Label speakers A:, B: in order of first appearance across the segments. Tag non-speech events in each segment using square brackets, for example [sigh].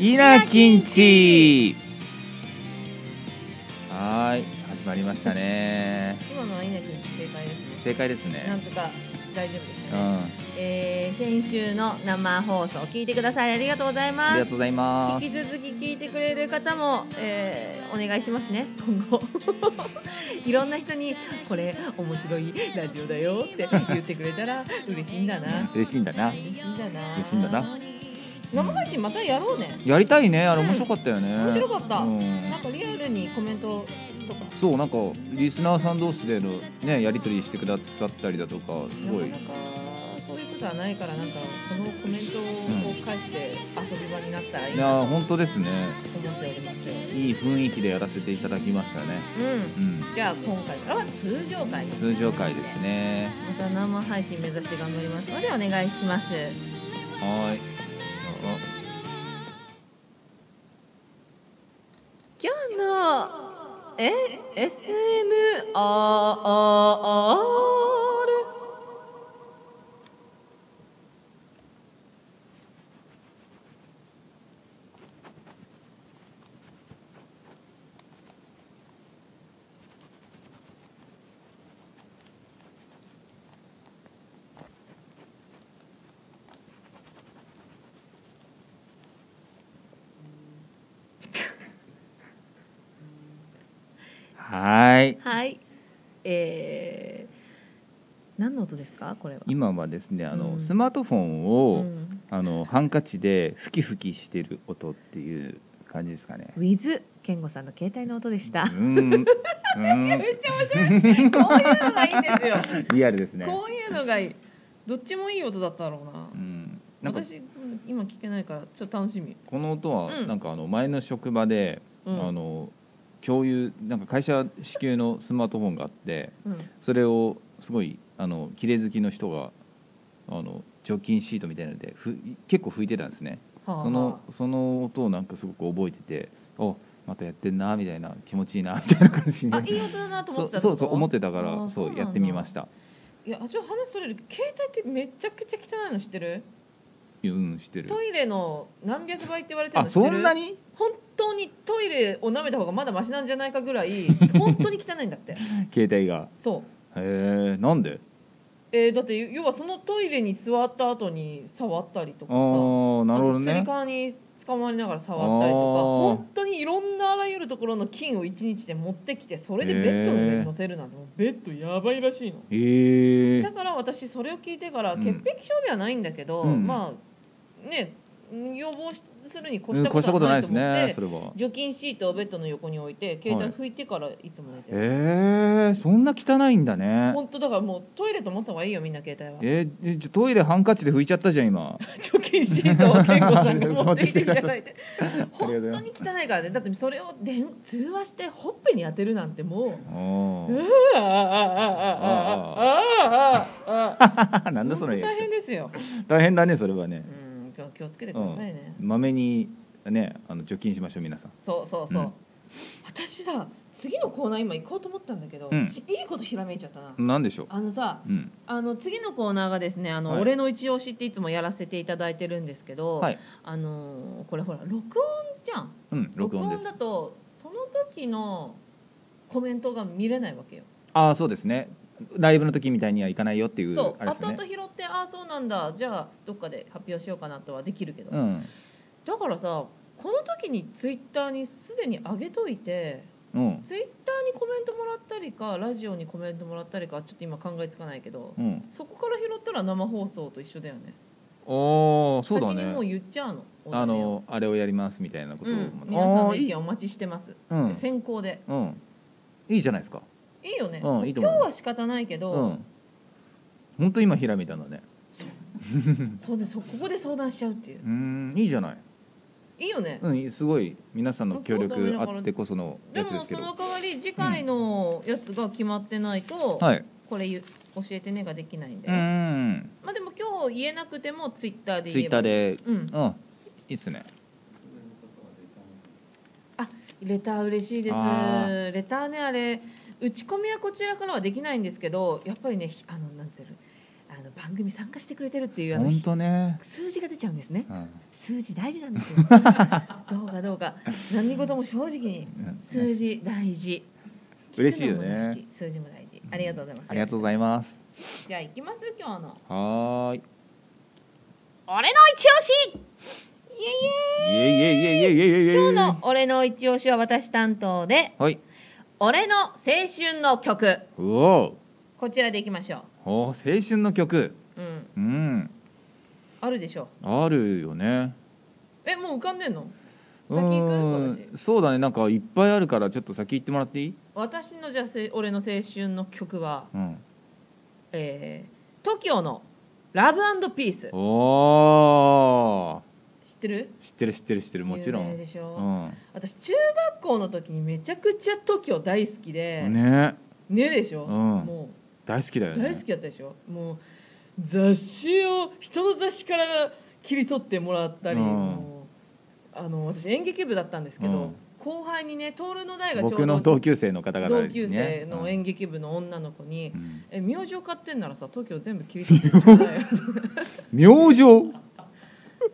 A: イナキンチはーい始まりましたね
B: 今のは稲城に正解ですね
A: 正解です
B: なん
A: ね
B: とか大丈夫でし
A: う
B: たね、
A: ん
B: えー先週の生放送聞いてくださいありがとうござい
A: あり
B: ま
A: が
B: す
A: とうございます
B: 引き続き聞いてくれる方も、えーお願いしますね今後 [laughs] いろんな人にこれ面白いラジオだよって言ってくれたら嬉しいんだな
A: 嬉しいんだな
B: 嬉しいんだな
A: 嬉しいんだな
B: 生配信またやろうね
A: やりたいねあれ面白かったよね、
B: 面白かった、
A: うん
B: なんかリアルにコメントとか
A: そうなんかリスナーさん同士でのねやり取りしてくださったりだとかすごい
B: なかなかそういうことはないからなんかこのコメントを返して遊び場になったらいい
A: い
B: なと
A: や本当ですね
B: 思っておりますよ
A: いい雰囲気でやらせていただきましたね
B: うん
A: うん
B: じゃあ今回からは通常回ま
A: 通常回ですね
B: た生配信目指して頑張りますのでお願いしま
A: は
B: す
A: ーい
B: 今日のえ SMRR
A: あはーい
B: はい。えー、何の音ですかこれは。
A: 今はですねあの、
B: うん
A: スマートフォンを、
B: うん
A: あのハンカチでふきふきしてる音っていう感じですかね。
B: ウィズ健吾さんの携帯の音でし
A: う
B: た。
A: ー
B: [laughs]
A: ん、う
B: め
A: ー
B: っちゃ面白い。こういうのがいいんですよ。
A: ん、リアルですね。
B: こういうのがいい。どっちもいい音だったろうな
A: う。ん、なんか
B: 私うん今聞けないからちょっと楽しみ。
A: この音は、
B: うん
A: なんかあの前の職場で、
B: うん
A: あの共有なんか会社支給のスマートフォンがあって、
B: うん。
A: それをすごいあの綺麗好きの人があの除菌シートみたいなのでふ結構拭いてたんですね。
B: はあ
A: そ
B: は
A: のその音をなんかすごく覚えてて、おまたやってんなみたいな気持ちいいなみたいな感じに
B: ああいい音だなと思
A: そ
B: っ
A: う
B: てた
A: そうそう思ってたか
B: あ
A: ら
B: ー
A: そ
B: なん
A: う
B: だ
A: やってみました
B: いやあちょっと話それるけど携帯ってめちゃくちゃ汚いの知ってる
A: うん知ってる
B: トイレの何百倍って言われてる
A: あ
B: の知ってる
A: そんなに
B: 本当にトイレを舐めた方がまだマシなんじゃないかぐ
A: [laughs]
B: らい本当に汚いんだって
A: 携帯が
B: そう、
A: へえなんで
B: えーだって要はそのトイレに座った後に触ったりと
A: あ
B: か
A: あ
B: さ
A: ーなるほど
B: あとつり
A: ね
B: 革に捕まりながら触ったりとか
A: あー
B: 本当にいろんなあらゆるところの菌を一日で持ってきてそれでベッドの上に乗せるなんてもうベッドやばいらしいの
A: へえ
B: だから私それを聞いてから
A: うん
B: 潔癖症ではないんだけど、
A: うん
B: まあね予防しするに越
A: 越
B: し
A: した
B: こ
A: たこととな
B: はないい
A: で
B: と
A: す
B: 思
A: ね
B: って、
A: それは
B: 除菌シートをベッドの横に置いて携帯拭いてからいつも寝てる、
A: ええそんな汚いんだね
B: 本当だからもうトイレと思った方がいいよみんな携帯は
A: えーえちょトイレハンカチで拭いちゃったじゃん今
B: 除菌シートを健吾さんに持ってきていただいて
A: 持っ
B: [laughs]
A: て
B: 本
A: きてくだ
B: 当
A: さ
B: に汚いからねだってそれを電通話してほっぺに当てるなんても
A: あー
B: うああああああああああ
A: [laughs]
B: あ
A: なんだ
B: 本
A: そ
B: 当
A: のリアク
B: 大
A: ション
B: 変ですよ、
A: 大変だねそれはね
B: うん、今日気をつけてくださいね、
A: まめにねあの除菌しましょう皆さん
B: そうそうそう、
A: うん
B: 私さ次のコーナー今行こうと思ったんだけど、
A: うん
B: いいことひらめいちゃったな、
A: なんでしょう
B: あのさ
A: うん
B: あの次のコーナーがですね「あの
A: はい
B: 俺の一押し」っていつもやらせていただいてるんですけど、
A: はい
B: あのーこれほら録音じゃん
A: うん録音で
B: だ
A: す
B: とその時のコメントが見れないわけよ、
A: ああそうですねライブの時みたいにはいかないよっていう
B: そう
A: あれです
B: 後
A: よ
B: 々
A: ね
B: 拾ってああそうなんだじゃあどっかで発表しようかなとはできるけど、
A: うん
B: だからさこの時にツイッターにすでに上げといて
A: うん
B: ツイッターにコメントもらったりかラジオにコメントもらったりかちょっと今考えつかないけど、
A: うん
B: そこから拾ったら生放送と一緒だよね
A: おーそうだ
B: 先にもう
A: ね
B: 言っちゃうの
A: あのあれをやりますみたいなこと
B: う
A: を、
B: ん、皆さんの意見
A: あ
B: お待ちしてます
A: ーいい
B: で先行で
A: うん、うん、いいじゃないですか
B: いいよね、
A: うんいいと
B: 今
A: 思う
B: 日は仕方ないけど、
A: うん本当今ひらめいたんだね
B: そうでそここで相談しちゃうっていう
A: うーんいいじゃない
B: いいよね、
A: うんいいすごい皆さんの協
B: 本当
A: 力
B: だね
A: あってこその
B: で
A: やつで
B: も
A: すけ
B: その
A: ど
B: 代わり次回のやつが決まってないと、
A: はい
B: これ言う教えてねができないんで、
A: うーん
B: まあでも今日言えなくてもツイッターで
A: ツ
B: 言
A: イ
B: え
A: ッタ
B: ば
A: ーで
B: うん
A: うんいいっすね
B: レター嬉しいです
A: あ
B: レターねあれ打ち込みはこちらからはできないんですけどやっぱりねひあのなんつうのああの番組参加してくれてるっていうあの
A: 本当ね、
B: 数字が出ちゃうんですね
A: うん
B: 数字大事な
A: [laughs]
B: んですよどうかどうか何事も正直に
A: うん
B: 数字大事
A: 嬉しいよ
B: 聞くのも大
A: ね
B: 事数字も大事ありがとうございます
A: ありがとうございます
B: じゃあ行きます今日の
A: はーい
B: 俺の一押しイエイ
A: イエイイエイイエイイエイイエイイエイ
B: エイ今日の俺の一押しは私担当で
A: はい
B: 俺の青春の曲
A: うお
B: こちらでいきましょ
A: ーお青春の曲
B: ううん
A: うん
B: あるでしょ
A: あるよね
B: えもう浮かんでんの
A: う
B: 先行
A: ん
B: く
A: そうだねなんかいっぱいあるからちょっと先行ってもらっていい
B: 私私のじゃあせ俺の青春の曲は
A: うん
B: えー、TOKIO の「ラブピース
A: おお
B: 知ってる
A: 知ってる知ってる知ってるもちろ
B: 有名
A: ん
B: でしょ、
A: う
B: 私中学校の時にめちゃくちゃ TOKIO 大好きで
A: ん
B: ね
A: ね
B: でしょ、
A: うん
B: も
A: 大好きだよ
B: う大
A: ね
B: 好きだったでしょもう雑誌を人の雑誌から切り取ってもらったり、
A: うん
B: もうあの私演劇部だったんですけど、
A: うん
B: 後輩にね徹の代がちょ
A: 僕
B: うど
A: の同級生の方々にね
B: 同級生の演劇部の女の子に
A: う。ん
B: え明星買ってんならさ TOKIO 全部切り取ってくれないよ
A: [laughs] 明星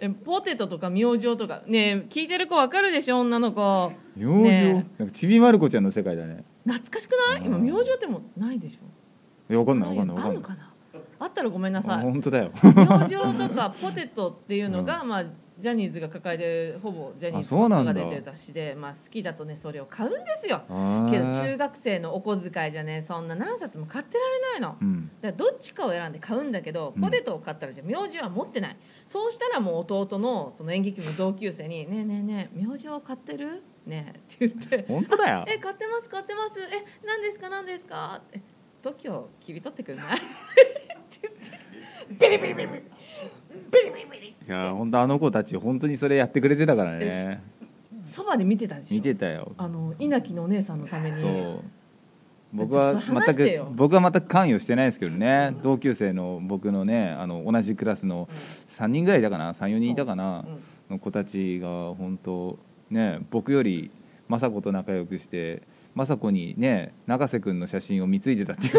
B: えポテトとか明星とかねえ聞いてる子わかるでしょ女の子
A: 明星、
B: ね
A: なんかちびまる子ちゃんの世界だね
B: 懐かしくない今
A: うん
B: 明星ってもうないでしょ
A: いやわかんないわ
B: ない
A: かんないわ
B: あ
A: か
B: ん
A: ん
B: の
A: ない
B: かなあったらごめんなさ
A: あ
B: い
A: 本当だよ
B: 明星とかポテトっていうのが、まあジャニーズが抱えてほぼジャニーズ
A: あそうなんだ
B: が出てる雑誌でまあ、好きだとねそれを買うんですよけど中
A: 中
B: 学生のお小遣いじゃねそんな何冊も買ってられないの
A: うん
B: だからどっちかを選んで買うんだけど
A: うん
B: ポテトを買ったらじゃあ明星は持ってない、そうしたらもう弟のその演劇部の同級生に「ねえねえねえ明星買ってる?」ねえって言って
A: 本当だよ
B: 「え買ってます買ってますえ何ですか何ですか?」って「時を切り取ってくんない?」って言 [laughs] ってビリビリビリビリビリビリビリ
A: いや本当あの子たち本当にそれやってくれてたから
B: よし
A: ね
B: そばで見てたでしょ
A: 見てたよ
B: あの稲城のお姉さんのために
A: そう僕
B: ちょ
A: は
B: っと
A: 全
B: 話して
A: く
B: よ
A: 僕は全く関与してないですけどね同級生の僕のねあの同じクラスの3人ぐらいいたかな34人いたかな
B: うん
A: の子たちが本当ね僕より雅子と仲良くして雅子にね永瀬君の写真を貢いでたって
B: [laughs]
A: いう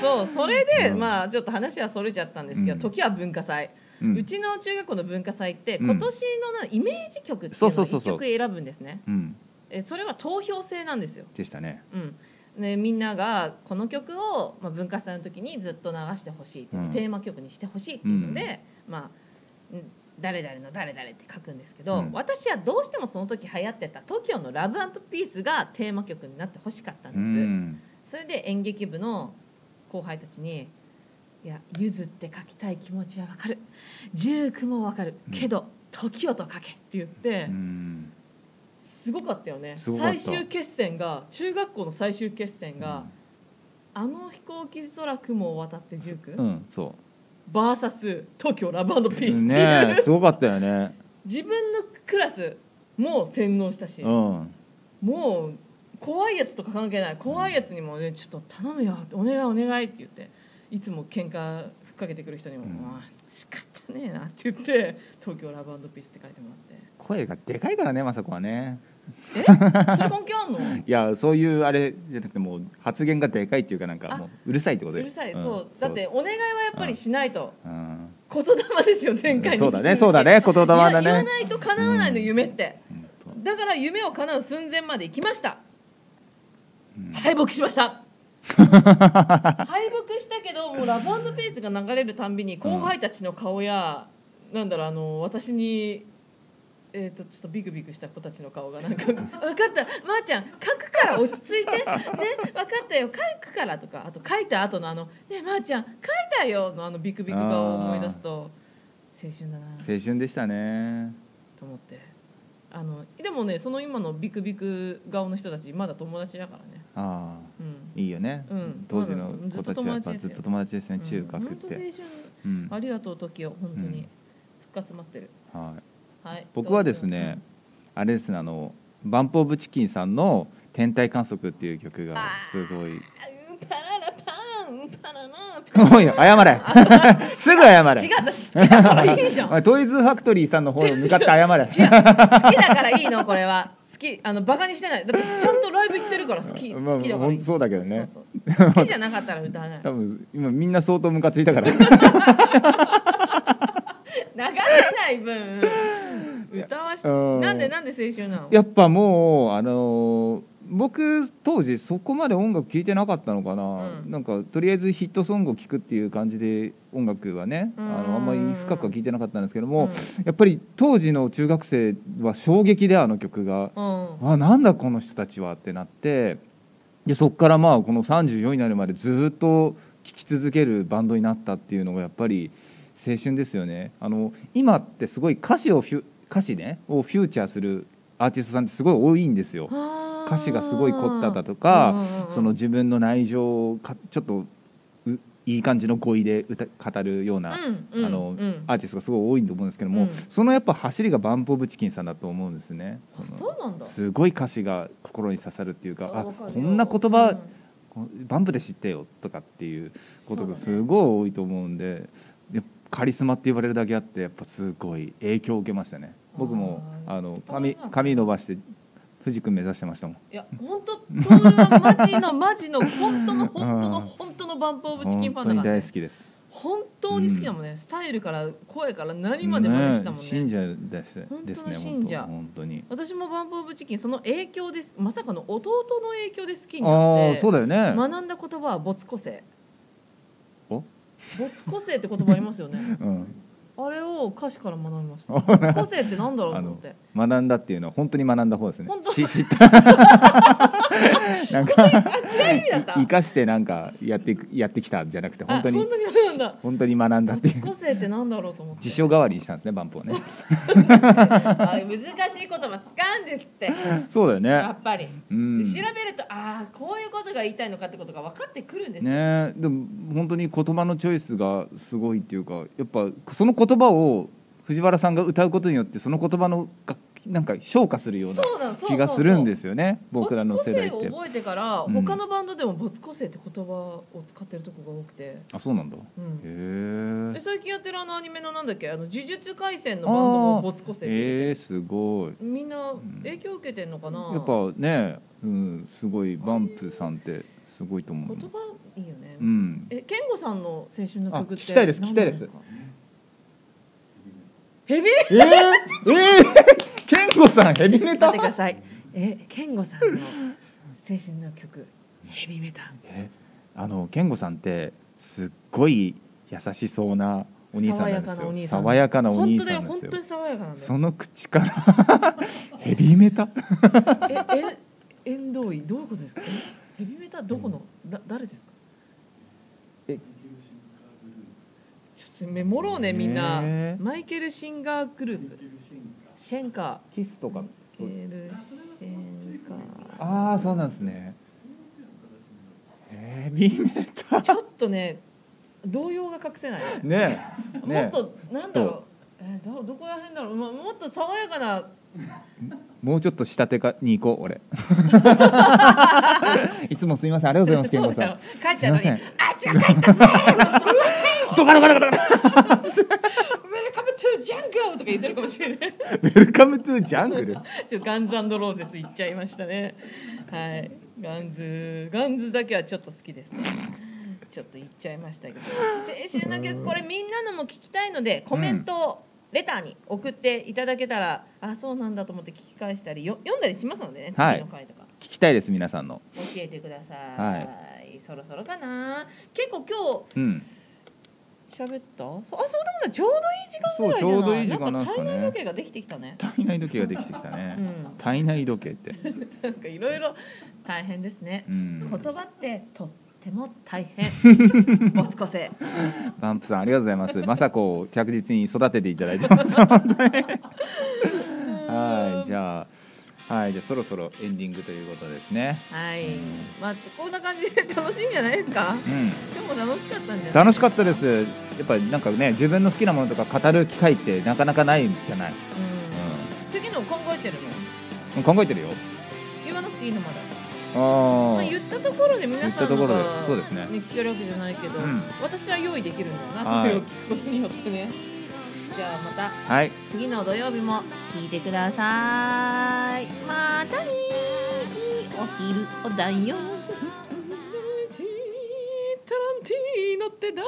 B: そうそれで、
A: うん
B: まあちょっと話はそれちゃったんですけど、
A: うん
B: 時は文化祭、
A: う
B: うんちの中学校の文化祭って、
A: うん
B: 今年のなイメージ曲っていう
A: そう
B: の
A: そ
B: を
A: うそう
B: 1
A: そう
B: 曲選ぶんですね
A: うん
B: えそれは投票制なんですよ、
A: でしたね
B: うんね、みんながこの曲を、まあ、文化祭の時にずっと流してほしいっていう、
A: うん
B: テーマ曲にしてほしいっていうので、まあん誰々の誰々って書くんですけど、
A: うん
B: 私はどうしてもその時流行ってた TOKIO の「ラブピースがテーマ曲になってほしかったん
A: う
B: です、
A: ん
B: それで演劇部の後輩たちに「いやゆずって書きたい気持ちはわかる19もわかるけど、時をと書け」って言って、
A: うん
B: すごかったよね
A: すごかった
B: 最終決戦が中学校の最終決戦が、あの飛行機空雲を渡って19、
A: うんそ
B: バーサス東京ラブピースっていう
A: う、ねえすごかったよね
B: [laughs] 自分のクラスも洗脳したし、
A: うん
B: もう怖いやつとか関係ない怖いやつにも、ね「ちょっと頼むよお願いお願い」って言っていつも喧嘩ふっかけてくる人にも
A: う
B: 「
A: ん
B: まあ仕方ねえな」って言って「東京ラブピース」って書いても
A: 声がでかいからね雅子はね [laughs]
B: らってえそれ関係あんの
A: いやそういうあれじゃなくてもう発言がでかいっていうかなんか
B: あ
A: もううるさいってこと
B: う
A: よ
B: るさい、
A: ん
B: そうだってお願いはやっぱりしないと、
A: うん
B: 言霊ですよ前回に
A: そうだねそうだね言霊
B: 言わ
A: だ
B: 言わ
A: ね
B: ないと叶わないの
A: うん
B: 夢って、
A: うんと
B: だから夢を叶う寸前まで行きました
A: うん
B: 敗北しました敗北したけどもうラブピースが流れるたんびに後輩たちの顔や、なんだろうあの私に。えー、とちょっとビクビクした子たちの顔がなんか「分かったまー、ちゃん書くから落ち着いてね分かったよ書くから」とかあと書いた後のあの「ねえまー、ちゃん書いたよ」のあのビクビク顔を思い出すと青春だな
A: 青春でしたね
B: と思ってあのでもねその今のビクビク顔の人たちまだ友達だからね
A: ああ
B: うん
A: いいよね、
B: うん
A: 当時の子たちはやっぱずっと友達ですね、中
B: うん
A: 学っ
B: 本当青
A: て、
B: 春
A: うん
B: ありがとう時を本当
A: うん
B: に復活待ってる、
A: はい、
B: はい
A: 僕はですね、あれですねあのバンプ・オブ・チキンさんの「天体観測」っていう曲がすごい
B: どうぞうんパララパンパララパン
A: おい謝
B: [laughs]
A: れすぐ謝れ
B: 違う私好
A: [laughs]
B: きだからいいじゃん
A: おいトイズファクトリーさんの方に向かって謝れ
B: 違う好きだからいいのこれは好きあのバカにしてないだってちゃんとライブ行ってるから好き
A: まあ
B: 好きだからい
A: ほ
B: い
A: んとそうだけどね
B: そうそうそう好きじゃなかったら歌わない流
A: 多分今みんな相当ムカついた
B: [laughs]
A: から
B: れない分歌わし
A: うん
B: なんでなんで青春なの
A: やっぱもうあのー僕当時そこまで音楽聴いてなかったのかな、
B: うん
A: なんかとりあえずヒットソングを聴くっていう感じで音楽はねあ
B: うん
A: のあんまり深くは聴いてなかったんですけど
B: う
A: も、
B: ん
A: やっぱり当時の中学生は衝撃であの曲が
B: うん
A: あなんだこの人たちはってなってでそこからまあこの34になるまでずっと聴き続けるバンドになったっていうのがやっぱり青春ですよねあの今ってすごい歌詞をフュ歌詞、ね、をフューチャーするアーティストさんってすごい多いんですよ。歌詞がすごい凝っただとか、
B: うんうんうん
A: その自分の内情をかちょっとういい感じの語彙で歌語るような
B: うんうん
A: あの
B: うん
A: アーティストがすごい多いと思うんですけども、
B: うん
A: そのやっぱ走りがバンプ・オブ・チキンさんだと思うんですね。
B: あ
A: その
B: そうなんだ
A: すごい歌詞が心に刺さるっていうかあ
B: わかるよ
A: こんな言
B: う
A: 葉
B: ん、
A: こうバンプで知ってよとかっていうことが
B: そうだ
A: す
B: ね
A: ごい多いと思うんででカリスマって言われるだけあってやっぱすごい影響を受けましたね僕も
B: あー
A: あの
B: 伝わ
A: 髪
B: りますね
A: 髪伸ばして藤君目指してましたもん
B: いや本当トールはマジのマジの本当の本当の
A: うん
B: 本当のバンプオブチキン
A: 本
B: ファ
A: 当に
B: ンだから、
A: 大
B: ね
A: 好、きです
B: 本当に好きだもんね、スタイルから声から何まで真似してたもん
A: ね
B: ね
A: 信者ですね
B: 本当の
A: ですね
B: 信者
A: 本当に
B: 私もバンプオブチキンその影響ですまさかの弟の影響で好きに
A: あ
B: な
A: あー
B: って
A: そうだよね
B: 学んだ言葉は没個性
A: お
B: 没個性って言葉ありますよね
A: うん
B: あれを歌詞から学びま
A: [laughs]
B: した没個性ってなんだろうと思って
A: 学んだっていうのは本当に学んだ方ですね
B: 本当。
A: し知
B: [laughs]
A: った。なんか
B: あ違う意味だった
A: 生かしてなんかやっていくやってきたんじゃなくて
B: あ
A: 本当に
B: 本当に学んだ
A: 本当に学んだってい
B: 没
A: う
B: [laughs] 個性ってなんだろうと思って
A: 辞書代わりにしたんですねバンプをね。
B: あ難しい言葉使うんですって
A: そうだよ
B: や
A: ね。
B: っぱり、
A: うん。
B: で調べるとああこういうことが言いたいのかってことが分かってくるんですよ
A: ねでも本当に言葉のチョイスがすごいっていうかやっぱその言葉を藤原さんが歌うことによってその言葉のがなんか昇華するような
B: そうなのそうそうそう
A: 気がするんですよね僕らの世代っ
B: 没個性
A: て
B: を。覚えてから、
A: うん
B: 他のバンドでも没個性って言葉を使ってるとこが多くて、
A: あそうなんだ。へ
B: うん、で
A: え。
B: 最近やってるあのアニメのなんだっけあの呪術廻戦のバンドも没個性っていう
A: えー、すごい。
B: みんなん影響受けてんのかな、
A: やっぱね、うん、すごいバンプさんってすごいと思う
B: 言。葉いいよね、
A: うん、
B: え健吾さんの青春の曲
A: あ聞
B: って
A: きたいです
B: 何なん
A: 聞き
B: かヘビ
A: えー、えー、健吾さんヘビメ
B: 待っ
A: タ
B: てください。え、健吾さんの青春の曲、ヘビメタ。
A: えあの健吾さんってすっごい優しそうなお兄さんなんですよ。爽や
B: 爽や
A: か
B: か
A: な
B: な
A: お
B: お
A: 兄
B: 兄
A: さ
B: さ
A: ん
B: んだよ。
A: なん
B: 本当だよ、本
A: です
B: 当
A: よ。
B: に爽やかなんだ
A: そ
B: よ。
A: の口から [laughs] ヘビメタ
B: え、え、遠藤井、どういうことですか。えヘビメタ、どこの、だ、誰ですか。
A: え
B: ちょっとメモろうね、みんな
A: ねえ。
B: マイケルシンガーグループ。シェンカ
A: キスとか
B: ー。マイケルシェンカー。
A: ああそうなんですね。ヘビメタ
B: ちょっとね、動揺が隠せない。
A: ねえ
B: もっ
A: ねえ
B: と、なんだろう。えー、ど、どこら辺だろう、まもっと爽やかな。
A: もうちょっと下手かに行こう [laughs] 俺いつもすみませんありがとうございます健
B: そ
A: 吾
B: う
A: さ
B: だよ
A: ん。
B: 帰っ
A: す
B: ち
A: み
B: ゃう
A: ま
B: のに
A: せん。
B: あ、違う、帰ったぜ。
A: ドカドカドカド [laughs] カ
B: ウェルカムトゥジャングルとか言ってるかもしれない。
A: ウェルカムトゥジャングル
B: ちょガンズローゼス行っちゃいましたね。はい、ガンズガンズだけはちょっと好きですね。ちょっと言っちゃいましたけど、青春の曲これみんなのも聞きたいのでコメントをレターに送っていただけたら、あそうなんだと思って聞き返したりよ読んだりしますのでね
A: はい
B: 次の回とか
A: 聞きたいです皆さんの
B: 教えてください。
A: は
B: そろそろかな。結構今日
A: うん
B: 喋ったそうあそうでもないちょうどいい時間ぐ
A: そ
B: らいじゃない
A: うちょうどいい時間なんですかね
B: んか体内時計ができてきたね
A: 体内時計ができてきた
B: う
A: ね、
B: ん
A: 体内時計って
B: [laughs] なんかいろいろ大変ですね
A: う、ん
B: 言葉ってとっても大
A: [laughs]
B: 変没個性
A: バンプさんありがとうございますまさこを着実に育てていただいてます
B: [laughs]
A: はいじゃあはいじゃあそろそろエンディングということですね
B: はいまあこんな感じで楽しいんじゃないですか
A: うん
B: 今日も楽しかったんじゃない
A: 楽しかったですやっぱりなんかね自分の好きなものとか語る機会ってなかなかないじゃない、
B: うん次の考えてるの
A: うん、考えてるよ
B: 言わなくていいのまだ、
A: あ
B: ま
A: あ
B: あ、言ったところで皆さん
A: 言
B: の
A: ったとこ
B: が
A: ろでそうですね
B: ね聞けるわけじゃないけど、
A: うん
B: 私は用意できるんだよな、
A: はい
B: それを聞くことによってねではまた
A: はい
B: 次の土曜日も聞いてくださいまたねーいいお昼 [laughs] おだよタランティーノってだ